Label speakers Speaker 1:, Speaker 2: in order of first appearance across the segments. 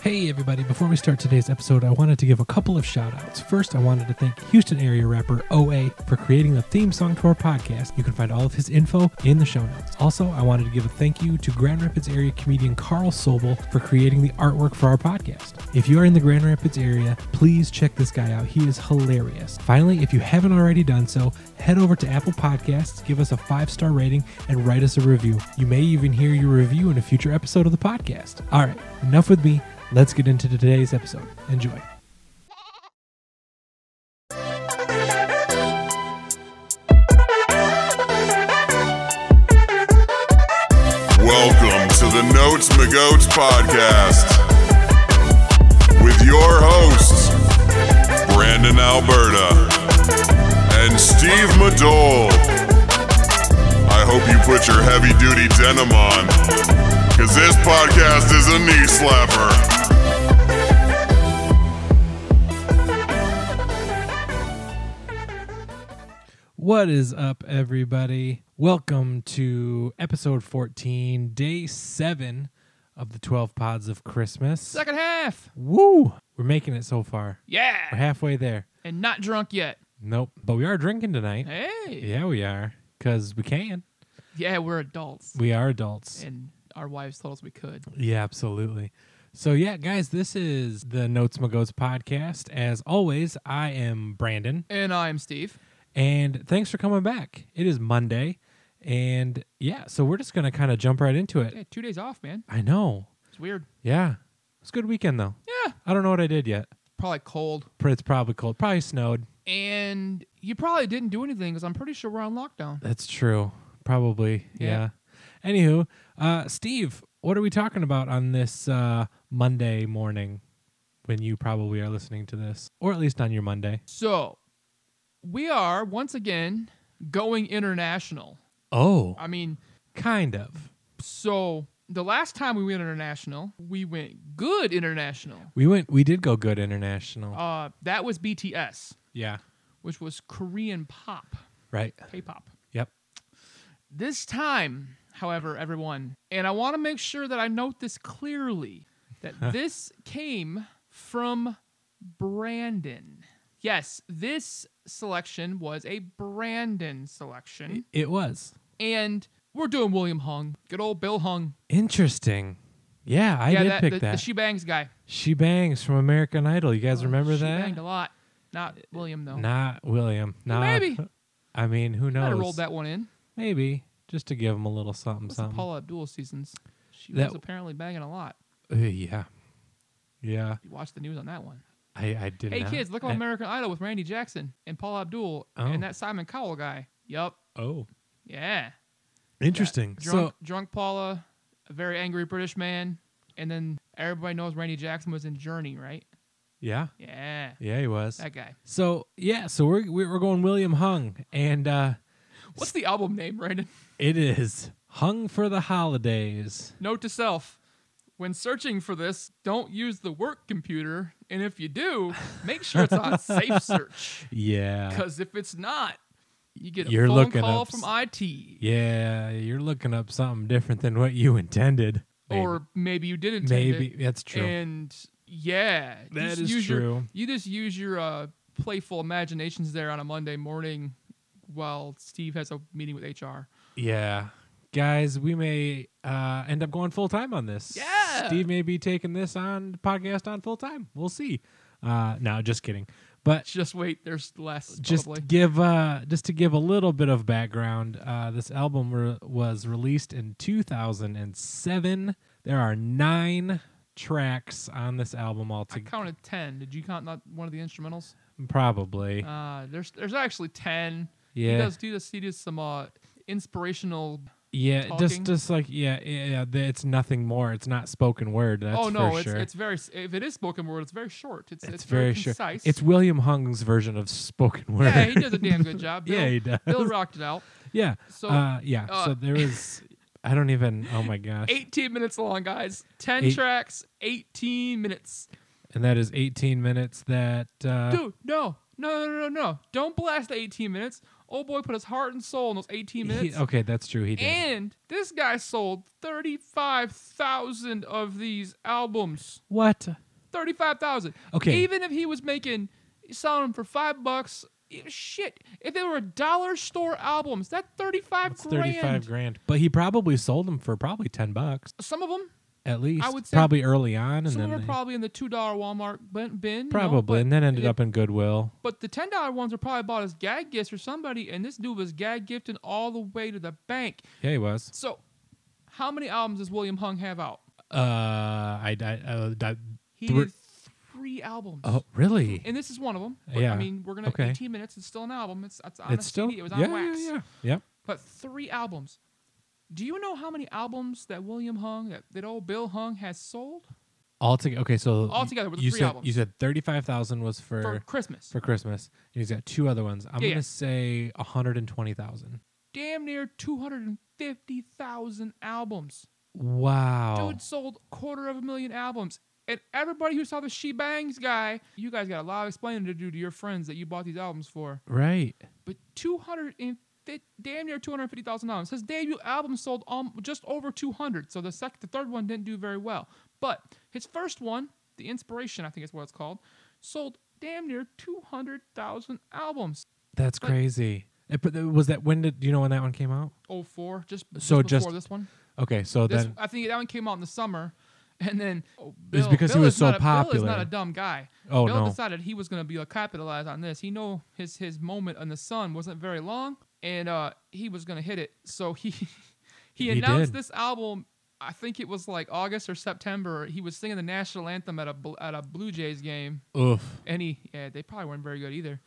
Speaker 1: Hey everybody, before we start today's episode, I wanted to give a couple of shout outs. First, I wanted to thank Houston area rapper OA for creating the theme song to our podcast. You can find all of his info in the show notes. Also, I wanted to give a thank you to Grand Rapids area comedian Carl Sobel for creating the artwork for our podcast. If you are in the Grand Rapids area, please check this guy out. He is hilarious. Finally, if you haven't already done so, head over to Apple Podcasts, give us a five star rating, and write us a review. You may even hear your review in a future episode of the podcast. All right, enough with me. Let's get into today's episode. Enjoy.
Speaker 2: Welcome to the Notes McGoats podcast with your hosts, Brandon Alberta and Steve Madole. I hope you put your heavy duty denim on because this podcast is a knee slapper.
Speaker 1: What is up, everybody? Welcome to episode 14, day seven of the 12 Pods of Christmas.
Speaker 3: Second half.
Speaker 1: Woo! We're making it so far. We're
Speaker 3: Yeah.
Speaker 1: halfway there.
Speaker 3: And not drunk yet.
Speaker 1: Nope. But we are drinking tonight.
Speaker 3: Hey.
Speaker 1: Yeah, we are. Because we can.
Speaker 3: Yeah, we're adults.
Speaker 1: We are adults.
Speaker 3: And our wives told us we could.
Speaker 1: Yeah, absolutely. So, yeah, guys, this is the Notes Magoats podcast. As always, I am Brandon.
Speaker 3: And I'm Steve.
Speaker 1: And thanks for coming back. It is Monday. And yeah, so we're just going to kind of jump right into it.
Speaker 3: Yeah, two days off, man.
Speaker 1: I know.
Speaker 3: It's weird.
Speaker 1: Yeah. It's a good weekend, though.
Speaker 3: Yeah.
Speaker 1: I don't know what I did yet.
Speaker 3: Probably cold.
Speaker 1: But It's probably cold. Probably snowed.
Speaker 3: And you probably didn't do anything because I'm pretty sure we're on lockdown.
Speaker 1: That's true. Probably. Yeah.
Speaker 3: Yeah.
Speaker 1: Anywho, uh, Steve, what are we talking about on this uh, Monday morning when you probably are listening to this? Or at least on your Monday.
Speaker 3: So we are once again going international.
Speaker 1: Oh,
Speaker 3: I mean,
Speaker 1: kind of.
Speaker 3: so the last time we went international, we went good international.
Speaker 1: We went, we did go good international.
Speaker 3: Uh, that was BTS,
Speaker 1: Yeah.
Speaker 3: which was Korean pop,
Speaker 1: Right.
Speaker 3: K pop.
Speaker 1: Yep.
Speaker 3: This time, however, everyone, and I want to make sure that I note this clearly that this came from Brandon. Yes, this selection was a Brandon selection.
Speaker 1: It was.
Speaker 3: And we're doing William Hung. Good old Bill Hung.
Speaker 1: Interesting. Yeah, I
Speaker 3: yeah,
Speaker 1: did
Speaker 3: that,
Speaker 1: pick
Speaker 3: the,
Speaker 1: that. Oh,
Speaker 3: the
Speaker 1: she-,
Speaker 3: She Bangs guy.
Speaker 1: bangs from American Idol. You guys remember
Speaker 3: she
Speaker 1: that?
Speaker 3: banged a lot. Not William, though.
Speaker 1: Not William. Not
Speaker 3: Maybe.
Speaker 1: I mean, who
Speaker 3: Might
Speaker 1: knows?
Speaker 3: have rolled that one in.
Speaker 1: Maybe just to give him a little something,
Speaker 3: That's the
Speaker 1: something.
Speaker 3: Paula Abdul seasons. She
Speaker 1: That-
Speaker 3: was apparently banging a lot.
Speaker 1: Uh, yeah, yeah.
Speaker 3: You watched the news on that one.
Speaker 1: I I did
Speaker 3: Hey
Speaker 1: not.
Speaker 3: kids, look
Speaker 1: I-
Speaker 3: on American Idol with Randy Jackson and Paul Abdul
Speaker 1: Uh, Oh.
Speaker 3: and that Simon Cowell guy. Yup.
Speaker 1: Oh,
Speaker 3: Yeah.
Speaker 1: interesting.
Speaker 3: Drunk,
Speaker 1: So
Speaker 3: drunk Paula, a very angry British man, and then everybody knows Randy Jackson was in Journey, right?
Speaker 1: yeah,
Speaker 3: Yeah.
Speaker 1: yeah, he was.
Speaker 3: That guy.
Speaker 1: So yeah, so we're we're going William Hung, and uh
Speaker 3: What's the album name, Brandon?
Speaker 1: it is Hung for the Holidays.
Speaker 3: Note to self. When searching for this, don't use the work computer, and if you do, make sure it's on Safe Search.
Speaker 1: Yeah,
Speaker 3: Because if it's not, you get a
Speaker 1: You're
Speaker 3: phone
Speaker 1: looking
Speaker 3: call
Speaker 1: up
Speaker 3: from
Speaker 1: s-
Speaker 3: IT.
Speaker 1: yeah. You're looking up something different than what you intended, Maybe.
Speaker 3: Or maybe you didn't. intend it.
Speaker 1: maybe that's true.
Speaker 3: And yeah, you
Speaker 1: That
Speaker 3: just
Speaker 1: is
Speaker 3: use your-
Speaker 1: true.
Speaker 3: you just use your uh, playful imaginations there on a Monday morning while Steve has a meeting with HR.
Speaker 1: Yeah. Guys, we may uh, end up going full time on this.
Speaker 3: Yeah.
Speaker 1: Steve may be taking this on podcast on full time. We'll see. Uh, no, just kidding. But
Speaker 3: Just wait, there's less.
Speaker 1: just
Speaker 3: probably.
Speaker 1: give uh, just to give a little bit of background, uh, this album re- was released in 2007. There are nine tracks on this album
Speaker 3: I
Speaker 1: altogether.
Speaker 3: counted ten. Did you count not one of the instrumentals?
Speaker 1: Probably.
Speaker 3: Uh, there's there's actually ten.
Speaker 1: Yeah.
Speaker 3: He does do this. He does some uh, inspirational.
Speaker 1: yeah, just
Speaker 3: talking.
Speaker 1: just like yeah, yeah. th- It's nothing more. It's not spoken word. That's
Speaker 3: oh no,
Speaker 1: for
Speaker 3: it's
Speaker 1: sure.
Speaker 3: it's very. s- If it is spoken word, it's very short. It's it's,
Speaker 1: It's,
Speaker 3: very,
Speaker 1: very,
Speaker 3: concise.
Speaker 1: sure. It's William Hung's version of spoken word.
Speaker 3: yeah, he does a damn good job. Bill,
Speaker 1: Yeah, he does.
Speaker 3: Bill rocked it out.
Speaker 1: yeah.
Speaker 3: So,
Speaker 1: uh, yeah. so
Speaker 3: uh,
Speaker 1: there is. I don't even. Oh my gosh.
Speaker 3: 18 minutes long, guys. 10
Speaker 1: Eight-
Speaker 3: tracks, 18 minutes.
Speaker 1: And that is 18 minutes. That uh,
Speaker 3: Dude, no, no, no, no, no. Don't blast the 18 minutes. old boy put his heart and soul in those 18
Speaker 1: He-
Speaker 3: minutes.
Speaker 1: okay, that's true. He did.
Speaker 3: And this guy sold 35,000 of these albums.
Speaker 1: what?
Speaker 3: 35,000.
Speaker 1: Okay.
Speaker 3: Even if he was making selling them for 5 bucks, eh, shit, if they were dollar store albums, that 35
Speaker 1: It's
Speaker 3: grand.
Speaker 1: thirty-five grand. But he probably sold them for probably ten bucks
Speaker 3: Some of them
Speaker 1: at least.
Speaker 3: would say
Speaker 1: probably early on, and
Speaker 3: some of
Speaker 1: then
Speaker 3: them are
Speaker 1: they-
Speaker 3: probably in the $2 Walmart bin, bin you know,
Speaker 1: probably,
Speaker 3: but-
Speaker 1: and then ended
Speaker 3: yeah.
Speaker 1: up in Goodwill.
Speaker 3: But the ten dollar ones were probably bought as gag gifts for somebody, and this dude was gag gifting all the way to the bank.
Speaker 1: Yeah, he was.
Speaker 3: So, how many albums does William Hung have out?
Speaker 1: Uh, I, I, uh, that-
Speaker 3: He
Speaker 1: Three-
Speaker 3: did three albums.
Speaker 1: oh, really?
Speaker 3: And this is one of them.
Speaker 1: Yeah.
Speaker 3: I mean, we're gonna
Speaker 1: Okay.
Speaker 3: 18 minutes. It's still an album. It's it's on
Speaker 1: It's
Speaker 3: a
Speaker 1: still
Speaker 3: CD. It was on
Speaker 1: yeah,
Speaker 3: wax.
Speaker 1: yeah, yeah, yep.
Speaker 3: But three albums. Do you know how many albums that William Hung, that, that old Bill Hung, has sold
Speaker 1: All together. Okay, so
Speaker 3: Altogether with the
Speaker 1: you
Speaker 3: three
Speaker 1: said
Speaker 3: albums.
Speaker 1: you said thirty-five thousand was for
Speaker 3: for
Speaker 1: for,
Speaker 3: Christmas?
Speaker 1: Christmas, and he's got two other ones. I'm
Speaker 3: Yeah,
Speaker 1: gonna
Speaker 3: yeah.
Speaker 1: say hundred and twenty thousand.
Speaker 3: Damn near 250,000 albums.
Speaker 1: Wow.
Speaker 3: Dude sold quarter of a million albums. And everybody who saw the She Bangs guy, you guys got a lot of explaining to do to your friends that you bought these albums for.
Speaker 1: Right.
Speaker 3: But 250, damn near 250,000 albums. His debut album sold um, just over 200. So the sec, the third one didn't do very well. But his first one, The Inspiration, I think is what it's called, sold damn near 200,000 albums.
Speaker 1: That's
Speaker 3: But-
Speaker 1: crazy. It, but it- was that when did do you know when that one came out?
Speaker 3: 04, just, just
Speaker 1: So
Speaker 3: before
Speaker 1: just-
Speaker 3: this one.
Speaker 1: Okay, so
Speaker 3: This,
Speaker 1: then
Speaker 3: I think that one came out in the summer, and then oh, Bill,
Speaker 1: because he
Speaker 3: Bill
Speaker 1: was
Speaker 3: is
Speaker 1: so
Speaker 3: not a, Bill is not
Speaker 1: popular.
Speaker 3: a dumb guy.
Speaker 1: Oh,
Speaker 3: Bill
Speaker 1: no.
Speaker 3: decided he was going to be a capitalize on this. He know his his moment in the sun wasn't very long, and uh, he was going to hit it. So he
Speaker 1: He
Speaker 3: he announced
Speaker 1: did.
Speaker 3: this album. I think it was like August or September. He was singing the national anthem at a Bl- at a Blue Jays game,
Speaker 1: oof.
Speaker 3: and he yeah they probably weren't very good either,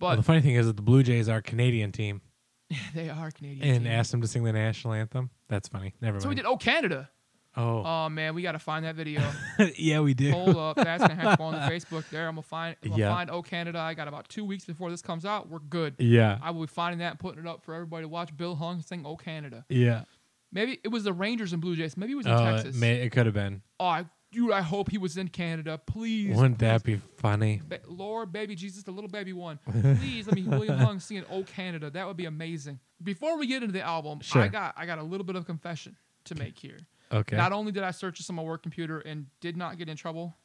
Speaker 1: Well,
Speaker 3: but
Speaker 1: the funny thing is that the Blue Jays are a Canadian team
Speaker 3: they are Canadian.
Speaker 1: and
Speaker 3: team.
Speaker 1: asked him to sing the national anthem. That's funny. Never mind.
Speaker 3: so we did. Oh Canada!
Speaker 1: oh,
Speaker 3: Oh man, we got to find that video.
Speaker 1: yeah, we do.
Speaker 3: Hold up, that's gonna have to go on the Facebook. There, I'm gonna find. I'm
Speaker 1: Yeah.
Speaker 3: gonna find Oh Canada. I got about two weeks before this comes out. We're good.
Speaker 1: Yeah.
Speaker 3: I will be finding that and putting it up for everybody to watch. Bill Hung sing Oh Canada.
Speaker 1: yeah. Maybe
Speaker 3: Maybe it was the Rangers and Blue Jays. Maybe it was in
Speaker 1: uh,
Speaker 3: Texas.
Speaker 1: may, it could have been.
Speaker 3: Oh, I, dude, I hope he was in Canada. Please,
Speaker 1: Wouldn't that be funny?
Speaker 3: Ba- Lord, baby Jesus, the little baby one. Please let me hear William Hung singing "Oh Canada." That would be amazing. Before we get into the album,
Speaker 1: Sure.
Speaker 3: I got I got a little bit of confession to make here.
Speaker 1: Okay.
Speaker 3: Not only did I search this on my work computer and did not get in trouble,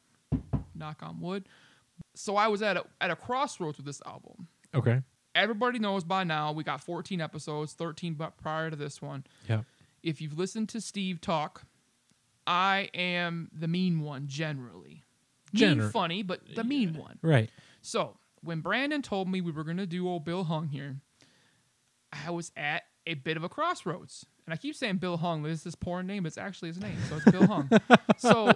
Speaker 3: knock on wood. So I was at a, at a crossroads with this album.
Speaker 1: okay.
Speaker 3: Everybody knows by now we got 14 episodes, 13 but prior to this one.
Speaker 1: Yeah.
Speaker 3: If you've listened to Steve talk, I am the mean one generally.
Speaker 1: Gener-
Speaker 3: mean funny, but the mean one.
Speaker 1: Right.
Speaker 3: So when Brandon told me we were gonna do old Bill Hung here, I was at a bit of a crossroads. And I keep saying Bill Hung, but it's his porn name, it's actually his name. So it's Bill Hung. So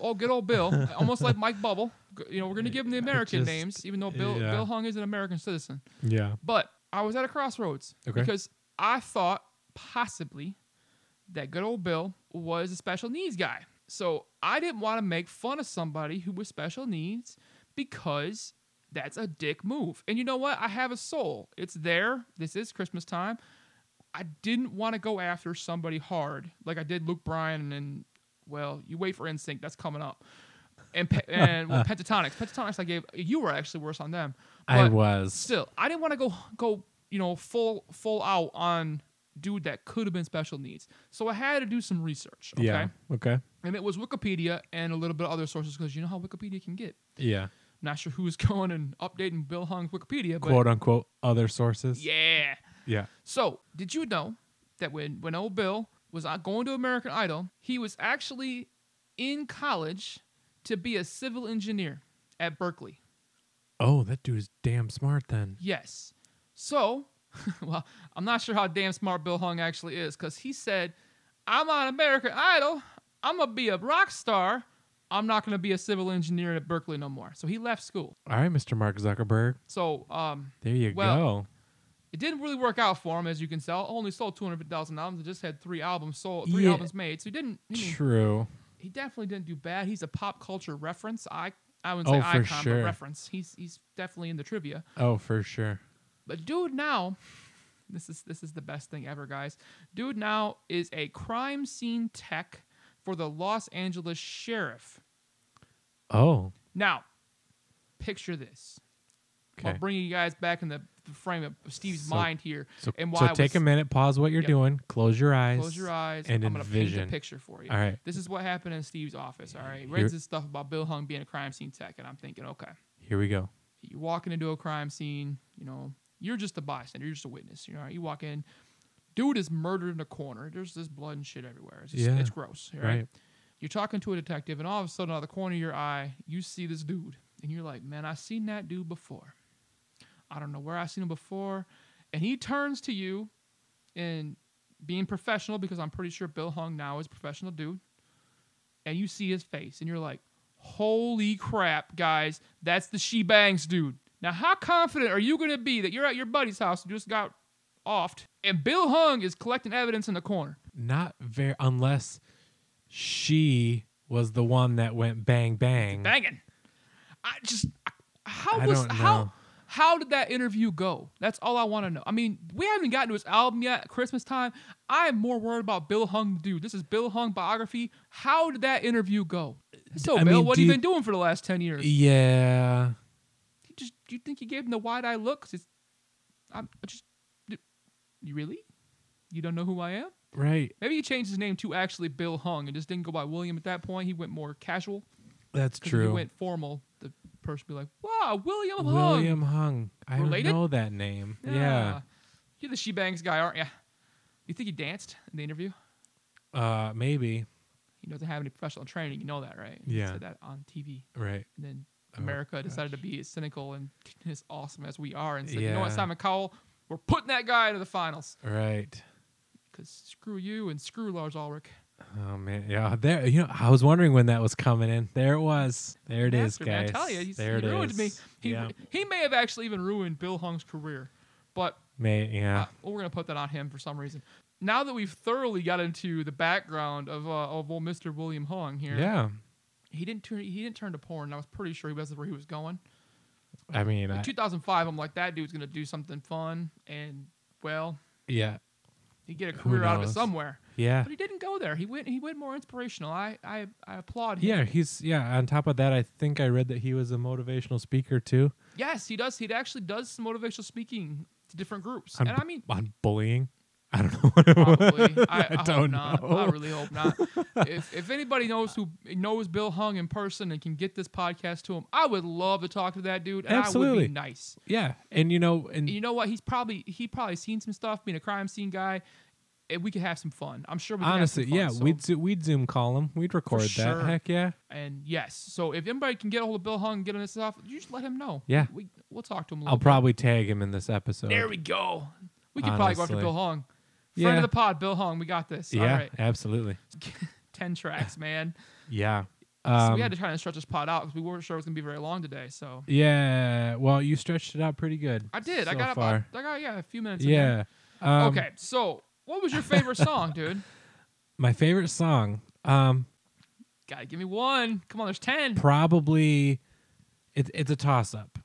Speaker 3: oh good old Bill. Almost like Mike Bubble. G- You know, we're gonna give him the American
Speaker 1: just-
Speaker 3: names, even though Bill
Speaker 1: yeah.
Speaker 3: Bill Hung is an American citizen.
Speaker 1: Yeah.
Speaker 3: But I was at a crossroads
Speaker 1: Okay.
Speaker 3: because I thought possibly that good old Bill was a special needs guy. So I didn't want to make fun of somebody who was special needs because that's a dick move. And you know what? I have a soul. It's there. This is Christmas time. I didn't want to go after somebody hard like I did Luke Bryan and well, you wait for Instinct. That's coming up. And pe- and well, Pentatonics. Pentatonics. I gave you were actually worse on them.
Speaker 1: I
Speaker 3: But-
Speaker 1: was.
Speaker 3: still, I didn't want to go go you know full full out on dude that could have been special needs. So I had to do some research. Okay?
Speaker 1: Yeah. Okay.
Speaker 3: And it was Wikipedia and a little bit of other sources because you know how Wikipedia can get.
Speaker 1: Yeah.
Speaker 3: I'm not sure who's going and updating Bill Hung's Wikipedia, but
Speaker 1: Quote unquote other sources.
Speaker 3: yeah.
Speaker 1: Yeah.
Speaker 3: So did you know that when when old Bill was out going to American Idol, he was actually in college to be a civil engineer at Berkeley.
Speaker 1: Oh, that dude is damn smart then.
Speaker 3: Yes. So, well, I'm not sure how damn smart Bill Hung actually is because he said, I'm on American Idol. I'm going to be a rock star. I'm not going to be a civil engineer at Berkeley no more. So he left school.
Speaker 1: All right, Mr. Mark Zuckerberg.
Speaker 3: So um,
Speaker 1: There you
Speaker 3: Well,
Speaker 1: go.
Speaker 3: it didn't really work out for him, as you can tell. Only sold 250,000 albums and just had three albums sold, three
Speaker 1: Yeah.
Speaker 3: albums made. So he didn't, I mean,
Speaker 1: True.
Speaker 3: he definitely didn't do bad. He's a pop culture reference. I, I wouldn't
Speaker 1: Oh,
Speaker 3: say
Speaker 1: for
Speaker 3: icon,
Speaker 1: sure.
Speaker 3: but reference. He's, he's definitely in the trivia.
Speaker 1: Oh, for sure.
Speaker 3: But dude now, this is this is the best thing ever, guys. Dude now is a crime scene tech for the Los Angeles Sheriff.
Speaker 1: Oh,
Speaker 3: Now, picture this. while
Speaker 1: Okay.
Speaker 3: bringing you guys back in the the frame of Steve's
Speaker 1: So-
Speaker 3: mind here
Speaker 1: So,
Speaker 3: and
Speaker 1: so
Speaker 3: why I
Speaker 1: take a
Speaker 3: was-
Speaker 1: minute, pause what you're
Speaker 3: Yep.
Speaker 1: doing, close your eyes.
Speaker 3: Close your eyes.
Speaker 1: and
Speaker 3: I'm gonna
Speaker 1: envision.
Speaker 3: paint a picture for you.
Speaker 1: All right.
Speaker 3: This is what happened in Steve's office. All right.
Speaker 1: Here-
Speaker 3: Reads this stuff about Bill Hung being a crime scene tech, and I'm thinking, okay,
Speaker 1: Here we go.
Speaker 3: you're walking into a crime scene. You know, you're just a bystander. You're just a witness. You know, you walk in, dude is murdered in a corner. There's this blood and shit everywhere. It's, just,
Speaker 1: Yeah.
Speaker 3: it's gross. all
Speaker 1: Right.
Speaker 3: You're talking to a detective, and all of a sudden, out of the corner of your eye, you see this dude, and you're like, man, I seen that dude before. I don't know where I seen him before, and he turns to you, and being professional because I'm pretty sure Bill Hung now is a professional dude, and you see his face, and you're like, holy crap, guys, that's the she bangs dude. Now, how confident are you going to be that you're at your buddy's house who just got offed, and Bill Hung is collecting evidence in the corner?
Speaker 1: Not very, unless she was the one that went bang bang.
Speaker 3: banging. I just I- how
Speaker 1: I
Speaker 3: was
Speaker 1: don't know.
Speaker 3: how how did that interview go? That's all I want to know. I mean, we haven't gotten to his album yet. Christmas time. I am more worried about Bill Hung, dude. This is Bill Hung biography. How did that interview go? So,
Speaker 1: I
Speaker 3: Bill,
Speaker 1: mean,
Speaker 3: what
Speaker 1: do
Speaker 3: have
Speaker 1: you-
Speaker 3: you been doing for the last ten years?
Speaker 1: Yeah.
Speaker 3: You just do you think you gave him the wide eye look? 'Cause it's, I'm I just, d- you really, you don't know who I am?
Speaker 1: Right.
Speaker 3: Maybe he changed his name to actually Bill Hung and just didn't go by William at that point. He went more casual.
Speaker 1: That's
Speaker 3: 'Cause if you
Speaker 1: true.
Speaker 3: went formal, the person would be like, "Wow, William Hung."
Speaker 1: William Hung. I
Speaker 3: Related?
Speaker 1: know that name. Yeah.
Speaker 3: You're the she bangs guy, aren't you? You think he danced in the interview?
Speaker 1: Uh, maybe.
Speaker 3: He doesn't have any professional training. You know that, right? He
Speaker 1: Yeah.
Speaker 3: said that on TV.
Speaker 1: Right.
Speaker 3: And then
Speaker 1: Oh,
Speaker 3: America decided to be as cynical and as awesome as we are and said, you know what,
Speaker 1: Yeah.
Speaker 3: Simon Cowell, we're putting that guy into the finals.
Speaker 1: Right.
Speaker 3: Because screw you and screw Lars Ulrich.
Speaker 1: Oh man. Yeah. There. You know, I was wondering when that was coming in. There it was. There it is,
Speaker 3: Master, man,
Speaker 1: guys.
Speaker 3: I tell you, he's,
Speaker 1: there it
Speaker 3: he
Speaker 1: is.
Speaker 3: ruined me. He,
Speaker 1: yeah.
Speaker 3: he may have actually even ruined Bill Hung's career. But
Speaker 1: May, yeah.
Speaker 3: Uh, well, we're gonna put that on him for some reason. Now that we've thoroughly got into the background of uh, of old Mister William Hung here,
Speaker 1: yeah.
Speaker 3: he didn't turn he didn't turn to porn. I was pretty sure he was where he was going.
Speaker 1: I mean, I,
Speaker 3: In 2005, I'm like that dude's gonna do something fun, and well,
Speaker 1: yeah.
Speaker 3: he get a
Speaker 1: Who
Speaker 3: career out of it
Speaker 1: knows?
Speaker 3: somewhere.
Speaker 1: Yeah.
Speaker 3: But he didn't go there. He went he went more inspirational. I I, I applaud him.
Speaker 1: Yeah, he's yeah. On top of that, I think I read that he was a motivational speaker too
Speaker 3: Yes, he does. He actually does some motivational speaking to different groups,
Speaker 1: on,
Speaker 3: and I mean.
Speaker 1: on bullying. I don't know. What it was.
Speaker 3: Probably. I, I, hope
Speaker 1: don't
Speaker 3: not.
Speaker 1: know.
Speaker 3: I really hope not. if, if anybody knows who knows Bill Hung in person and can get this podcast to him, I would love to talk to that dude. And I would
Speaker 1: Absolutely.
Speaker 3: be nice.
Speaker 1: Yeah, and you know, and
Speaker 3: And you know what? He's probably he probably seen some stuff being a crime scene guy. And we could have some fun. I'm sure we could
Speaker 1: honestly,
Speaker 3: have
Speaker 1: yeah,
Speaker 3: some fun, so-
Speaker 1: we'd zo- we'd zoom call him. We'd record that.
Speaker 3: sure.
Speaker 1: Heck yeah.
Speaker 3: and yes. So if anybody can get a hold of Bill Hung and get on this stuff, you just let him know.
Speaker 1: Yeah.
Speaker 3: We we'll talk to him a little
Speaker 1: I'll
Speaker 3: bit.
Speaker 1: probably tag him in this episode.
Speaker 3: There we go. We could probably go after
Speaker 1: Honestly.
Speaker 3: Bill Hung. Friend
Speaker 1: Yeah.
Speaker 3: of the pod, Bill Hung. We got this.
Speaker 1: yeah,
Speaker 3: All right.
Speaker 1: absolutely.
Speaker 3: Ten tracks, man.
Speaker 1: Yeah.
Speaker 3: So
Speaker 1: Um,
Speaker 3: we had to try and stretch this pod out because we weren't sure it was gonna be very long today. So
Speaker 1: yeah. Well, you stretched it out pretty good.
Speaker 3: I did. I
Speaker 1: so
Speaker 3: got
Speaker 1: far.
Speaker 3: about, I got yeah a few minutes. in there.
Speaker 1: yeah. Um,
Speaker 3: okay. So what was your favorite song, dude?
Speaker 1: My favorite song, um,
Speaker 3: Gotta give me one. Come on, there's ten.
Speaker 1: probably, it, it's a toss up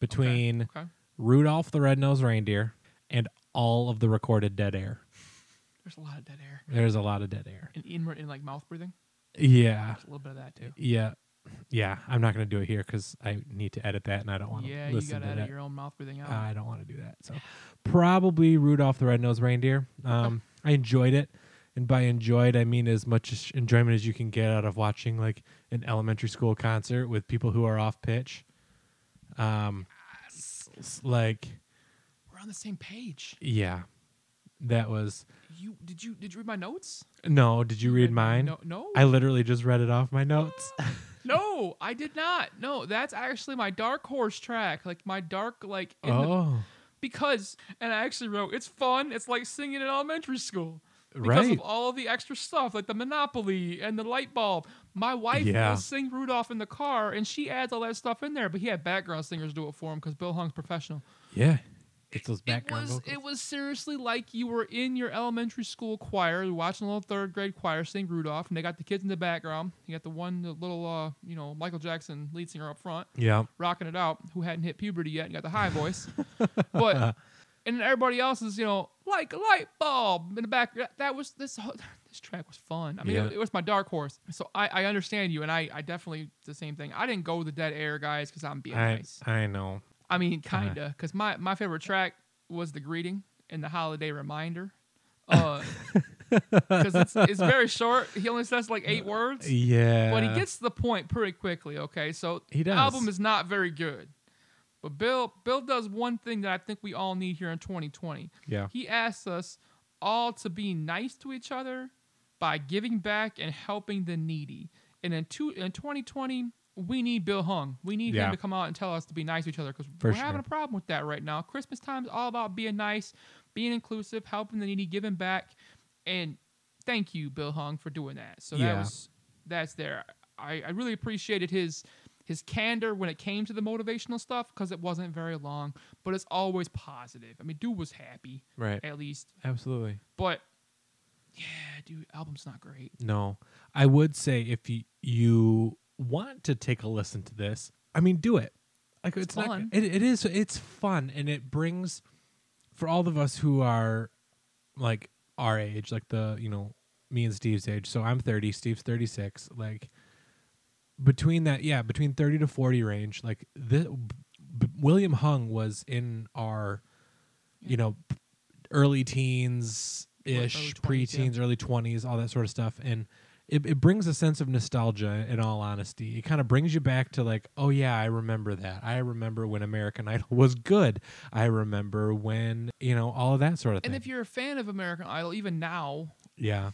Speaker 1: between
Speaker 3: Okay.
Speaker 1: Rudolph the Red-Nosed Reindeer and all of the recorded dead air.
Speaker 3: There's a lot of dead air
Speaker 1: There's a lot of dead air.
Speaker 3: and inward and like mouth breathing.
Speaker 1: Yeah.
Speaker 3: There's a little bit of that too.
Speaker 1: Yeah. Yeah. I'm not going to do it here because I need to edit that and I don't want to
Speaker 3: Yeah, you
Speaker 1: listen to
Speaker 3: gotta edit
Speaker 1: that.
Speaker 3: your own mouth breathing out.
Speaker 1: I don't want to do that. So probably Rudolph the Red-Nosed Reindeer. Um,
Speaker 3: Oh.
Speaker 1: I enjoyed it. And by enjoyed, I mean as much as- enjoyment as you can get out of watching like an elementary school concert with people who are off pitch. Um, s- like,
Speaker 3: We're on the same page.
Speaker 1: yeah, that was.
Speaker 3: You did you did you read my notes?
Speaker 1: No, did you read
Speaker 3: Read-
Speaker 1: mine?
Speaker 3: No, no,
Speaker 1: I literally just read it off my notes.
Speaker 3: no, I did not. No, that's actually my dark horse track. Like my dark like in the
Speaker 1: oh,
Speaker 3: because and I actually wrote it's fun. It's like singing in elementary school because
Speaker 1: right.
Speaker 3: of all of the extra stuff like the Monopoly and the light bulb. My wife
Speaker 1: Yeah.
Speaker 3: will sing Rudolph in the car, and she adds all that stuff in there. But he had background singers do it for him because Bill Hung's professional.
Speaker 1: yeah. It's those
Speaker 3: It
Speaker 1: background
Speaker 3: was
Speaker 1: vocals.
Speaker 3: it was seriously like you were in your elementary school choir, watching a little third grade choir sing Rudolph, and they got the kids in the background. You got the one, the little, uh, you know, Michael Jackson lead singer up front
Speaker 1: yeah.
Speaker 3: rocking it out who hadn't hit puberty yet and got the high voice. but and everybody else is you know like a light bulb in the back. That- That was this whole, this track was fun. I mean,
Speaker 1: Yeah.
Speaker 3: it, it was my dark horse. So I, I understand you, and I I definitely the same thing. I didn't go with the dead air guys because I'm being
Speaker 1: I
Speaker 3: nice.
Speaker 1: I know.
Speaker 3: I mean, kinda, because my my favorite track was the greeting and the holiday reminder. Because it's it's very short. He only says like eight words,
Speaker 1: Yeah.
Speaker 3: but he gets to the point pretty quickly. Okay, so
Speaker 1: He
Speaker 3: the
Speaker 1: does.
Speaker 3: album is not very good, but Bill Bill does one thing that I think we all need here in 2020.
Speaker 1: Yeah.
Speaker 3: He asks us all to be nice to each other by giving back and helping the needy. And in, two, in 2020, we need Bill Hung. We need
Speaker 1: Yeah.
Speaker 3: him to come out and tell us to be nice to each other because
Speaker 1: For
Speaker 3: we're
Speaker 1: sure.
Speaker 3: having a problem with that right now. Christmas time is all about being nice, being inclusive, helping the needy, giving back. And thank you, Bill Hung, for doing that. So that
Speaker 1: Yeah.
Speaker 3: was that's there. I, I really appreciated his his candor when it came to the motivational stuff because it wasn't very long, but it's always positive. I mean, dude was happy
Speaker 1: right.
Speaker 3: at least.
Speaker 1: Absolutely.
Speaker 3: But yeah, dude, album's not great.
Speaker 1: No. I would say if you you want to take a listen to this, I mean do it. Like it's, not
Speaker 3: fun.
Speaker 1: it, it is it's fun and it brings for all of us who are like our age, like the, you know, me and Steve's age. So I'm 30, Steve's 36. Like between that, yeah, between 30 to 40 range, like the b- William Hung was in our you know, p- early teens
Speaker 3: Early
Speaker 1: ish,
Speaker 3: 20s, yeah.
Speaker 1: preteens, early 20s, all that sort of stuff. And it, it brings a sense of nostalgia, in all honesty. It kind of brings you back to, like, oh, yeah, I remember that. I remember when American Idol was good. I remember when, you know, all of that sort of thing.
Speaker 3: And if you're a fan of American Idol, even now
Speaker 1: yeah.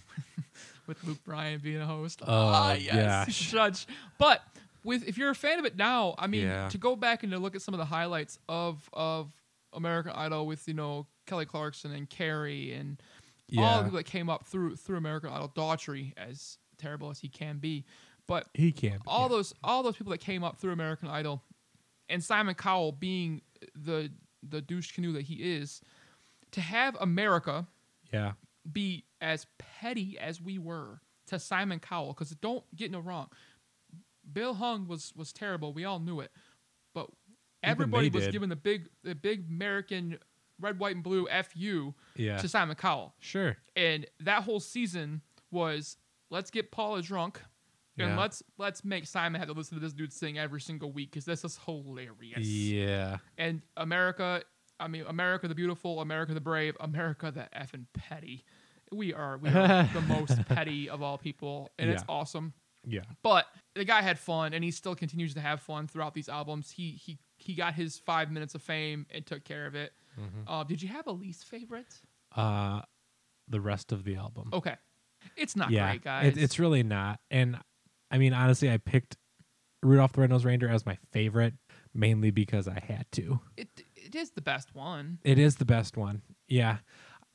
Speaker 3: with Luke Bryan being a host,
Speaker 1: Oh,
Speaker 3: ah yes,
Speaker 1: gosh.
Speaker 3: judge. But with if you're a fan of it now, I mean,
Speaker 1: Yeah.
Speaker 3: to go back and to look at some of the highlights of of American Idol with you know Kelly Clarkson and Carrie and all
Speaker 1: Yeah.
Speaker 3: the people that came up through through American Idol, Daughtry, as terrible as he can be, but
Speaker 1: He can't.
Speaker 3: all
Speaker 1: yeah.
Speaker 3: those all those people that came up through American Idol, and Simon Cowell being the the douche canoe that he is, to have America
Speaker 1: Yeah.
Speaker 3: be as petty as we were to Simon Cowell, because don't get no wrong, Bill Hung was was terrible. We all knew it, but everybody
Speaker 1: they
Speaker 3: was
Speaker 1: did.
Speaker 3: giving the big the big American red white and blue fu
Speaker 1: Yeah.
Speaker 3: to Simon Cowell
Speaker 1: sure.
Speaker 3: and that whole season was let's get Paula drunk and
Speaker 1: Yeah.
Speaker 3: let's let's make Simon have to listen to this dude sing every single week because this is hilarious.
Speaker 1: Yeah.
Speaker 3: And America, I mean America the beautiful, America the brave, America the effing petty. We are we are the most petty of all people, and it's
Speaker 1: Yeah.
Speaker 3: awesome.
Speaker 1: Yeah.
Speaker 3: But the guy had fun, and he still continues to have fun throughout these albums. He he he got his five minutes of fame and took care of it.
Speaker 1: Mm-hmm.
Speaker 3: Uh, did you have a least favorite?
Speaker 1: Uh, the rest of the album.
Speaker 3: Okay, it's Oh, not
Speaker 1: yeah,
Speaker 3: great, guys.
Speaker 1: It, it's really not. And I mean, honestly, I picked Rudolph the Red-Nosed Reindeer as my favorite mainly because I had to.
Speaker 3: it it is the best one.
Speaker 1: It is the best one. Yeah.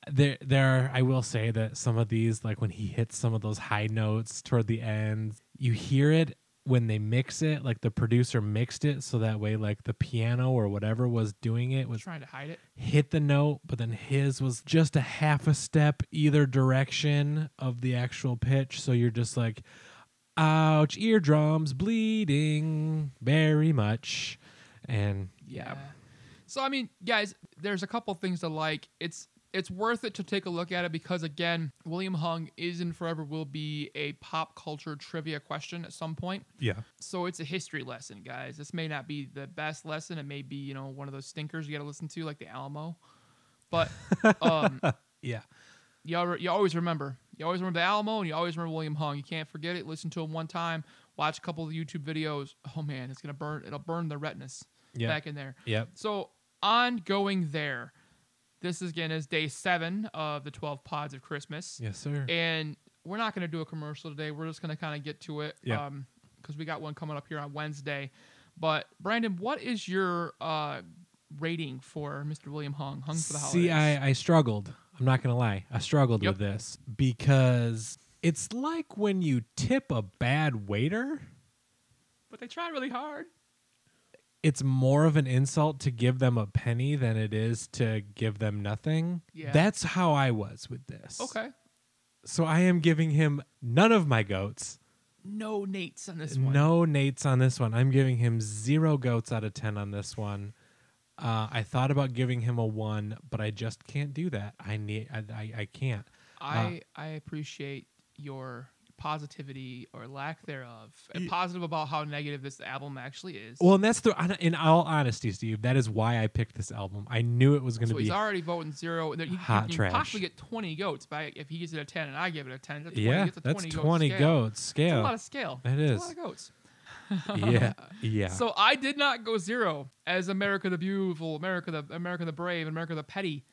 Speaker 1: There, there. Are, I will say that some of these, like when he hits some of those high notes toward the end, you hear it when they mix it. Like the producer mixed it so that way, like the piano or whatever was doing it was
Speaker 3: trying to hide it.
Speaker 1: hit the note, but then his was just a half a step either direction of the actual pitch. So you're just like, ouch, eardrums bleeding very much. And yeah,
Speaker 3: So I mean, guys, there's a couple things to like. It's it's worth it to take a look at it because again, William Hung is and forever will be a pop culture trivia question at some point.
Speaker 1: yeah,
Speaker 3: So it's a history lesson, guys. This may not be the best lesson. It may be, you know, one of those stinkers you got to listen to like the Alamo. But um
Speaker 1: yeah,
Speaker 3: you, al- you always remember. You always remember the Alamo and you always remember William Hung. You can't forget it. Listen to him one time. Watch a couple of the YouTube videos. Oh man, it's gonna burn. It'll burn the retinas
Speaker 1: Yeah.
Speaker 3: back in there.
Speaker 1: yep,
Speaker 3: So ongoing there. This is, again is day seven of the twelve pods of Christmas,
Speaker 1: yes, sir.
Speaker 3: and we're not gonna do a commercial today. We're just gonna kind of get to it,
Speaker 1: Yeah.
Speaker 3: because we got one coming up here on Wednesday. But Brandon, what is your uh, rating for Mr. William Hung? Hung for the holidays.
Speaker 1: See, I, I struggled. I'm not gonna lie. I struggled
Speaker 3: Yep.
Speaker 1: with this because it's like when you tip a bad waiter.
Speaker 3: but they tried really hard.
Speaker 1: it's more of an insult to give them a penny than it is to give them nothing.
Speaker 3: Yeah.
Speaker 1: That's how I was with this.
Speaker 3: Okay.
Speaker 1: So I am giving him none of my goats.
Speaker 3: no Nates on this one. Uh,
Speaker 1: No Nates on this one. I'm giving him zero goats out of 10 on this one. Uh, I thought about giving him a one, but I just can't do that. I need, I, I, I can't.
Speaker 3: I I appreciate your positivity or lack thereof, and positive about how negative this album actually is.
Speaker 1: Well, and that's the hon- in all honesty, Steve, that is why I picked this album. I knew it was going to
Speaker 3: so
Speaker 1: be
Speaker 3: he's already voting zero. And there- you,
Speaker 1: hot
Speaker 3: you
Speaker 1: trash.
Speaker 3: can possibly get 20 goats by if he gives it a 10 and I give it a 10. That's 20,
Speaker 1: yeah,
Speaker 3: that's a
Speaker 1: that's
Speaker 3: 20, goat
Speaker 1: 20
Speaker 3: scale.
Speaker 1: goats
Speaker 3: That's
Speaker 1: scale.
Speaker 3: a lot of scale.
Speaker 1: That
Speaker 3: That's
Speaker 1: is.
Speaker 3: a lot of goats.
Speaker 1: yeah, yeah.
Speaker 3: So I did not go zero as America the Beautiful, America the America the Brave, and America the Petty.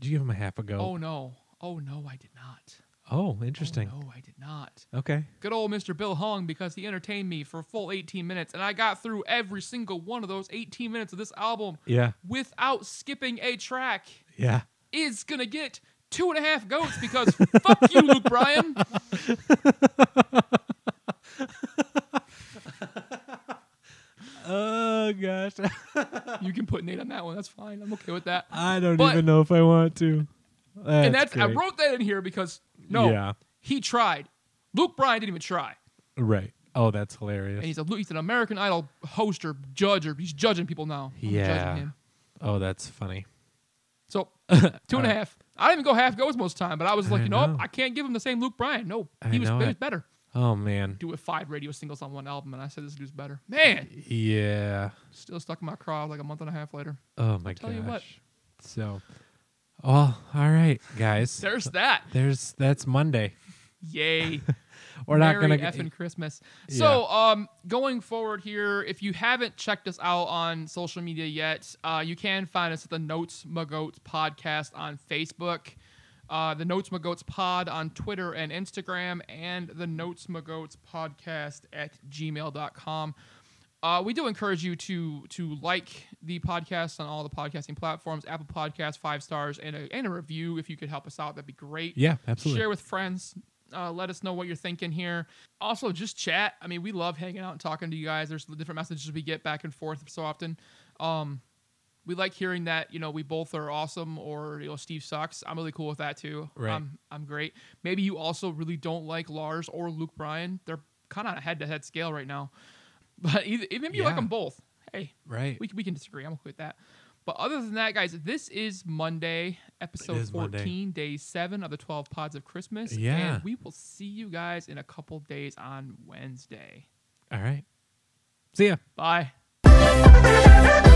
Speaker 1: Did you give him a half a goat?
Speaker 3: Oh no. Oh no, I did not.
Speaker 1: Oh, interesting.
Speaker 3: Oh, no, I did not.
Speaker 1: Okay.
Speaker 3: Good old Mr. Bill Hung because he entertained me for a full 18 minutes and I got through every single one of those 18 minutes of this album
Speaker 1: Yeah,
Speaker 3: without skipping a track.
Speaker 1: yeah.
Speaker 3: Is gonna get two and a half goats because fuck you, Luke Bryan.
Speaker 1: Oh gosh,
Speaker 3: You can put Nate on that one. That's fine. I'm okay with that.
Speaker 1: I don't
Speaker 3: But-
Speaker 1: even know if I want to. Ah, That's
Speaker 3: and that's I
Speaker 1: great.
Speaker 3: wrote that in here because no,
Speaker 1: Yeah.
Speaker 3: he tried. Luke Bryan didn't even try.
Speaker 1: right. Oh, that's
Speaker 3: And
Speaker 1: hilarious.
Speaker 3: he's a he's an American Idol host or judge or he's judging people now. I'm judging
Speaker 1: Yeah.
Speaker 3: him.
Speaker 1: Oh, that's funny.
Speaker 3: So two and a half. I didn't even go half goes most time, but I was like,
Speaker 1: I
Speaker 3: you know,
Speaker 1: know.
Speaker 3: what? I can't give him the same Luke Bryan. No,
Speaker 1: I
Speaker 3: he was,
Speaker 1: know
Speaker 3: he was
Speaker 1: it.
Speaker 3: better.
Speaker 1: Oh man.
Speaker 3: Do with five radio singles on one album, and I said this dude's better. Man,
Speaker 1: Yeah.
Speaker 3: still stuck in my craw like a month and a half later.
Speaker 1: Oh my
Speaker 3: Tell
Speaker 1: gosh.
Speaker 3: you what.
Speaker 1: So, well, all right, guys.
Speaker 3: There's that.
Speaker 1: There's that's Monday.
Speaker 3: Yay.
Speaker 1: We're not
Speaker 3: Merry
Speaker 1: gonna get-
Speaker 3: effing Christmas. So, um, going forward here, if you haven't checked us out on social media yet, uh, you can find us at the Notes Magoats podcast on Facebook, uh, the Notes Magoats pod on Twitter and Instagram, and the Notes Magoats podcast at gmail.com. Uh, we do encourage you to to like the podcast on all the podcasting platforms, Apple Podcasts, five stars, and a, and a review if you could help us out. That'd be great
Speaker 1: Yeah, absolutely.
Speaker 3: share with friends uh, let us know what you're thinking here also just chat i mean we love hanging out and talking to you guys there's the different messages we get back and forth so often um, we like hearing that you know we both are awesome or you know steve sucks i'm really cool with that too
Speaker 1: Right.
Speaker 3: I'm, I'm great maybe you also really don't like lars or luke bryan they're kind of on a head-to-head scale right now but either, even if you like 'em like
Speaker 1: Yeah.
Speaker 3: them both hey
Speaker 1: right.
Speaker 3: we, can- we can disagree i'm okay with that but other than that guys this is monday episode
Speaker 1: is
Speaker 3: 14
Speaker 1: Monday.
Speaker 3: day 7 of the 12 pods of christmas
Speaker 1: Yeah.
Speaker 3: and we will see you guys in a couple days on wednesday
Speaker 1: all right. See ya.
Speaker 3: bye
Speaker 4: Thank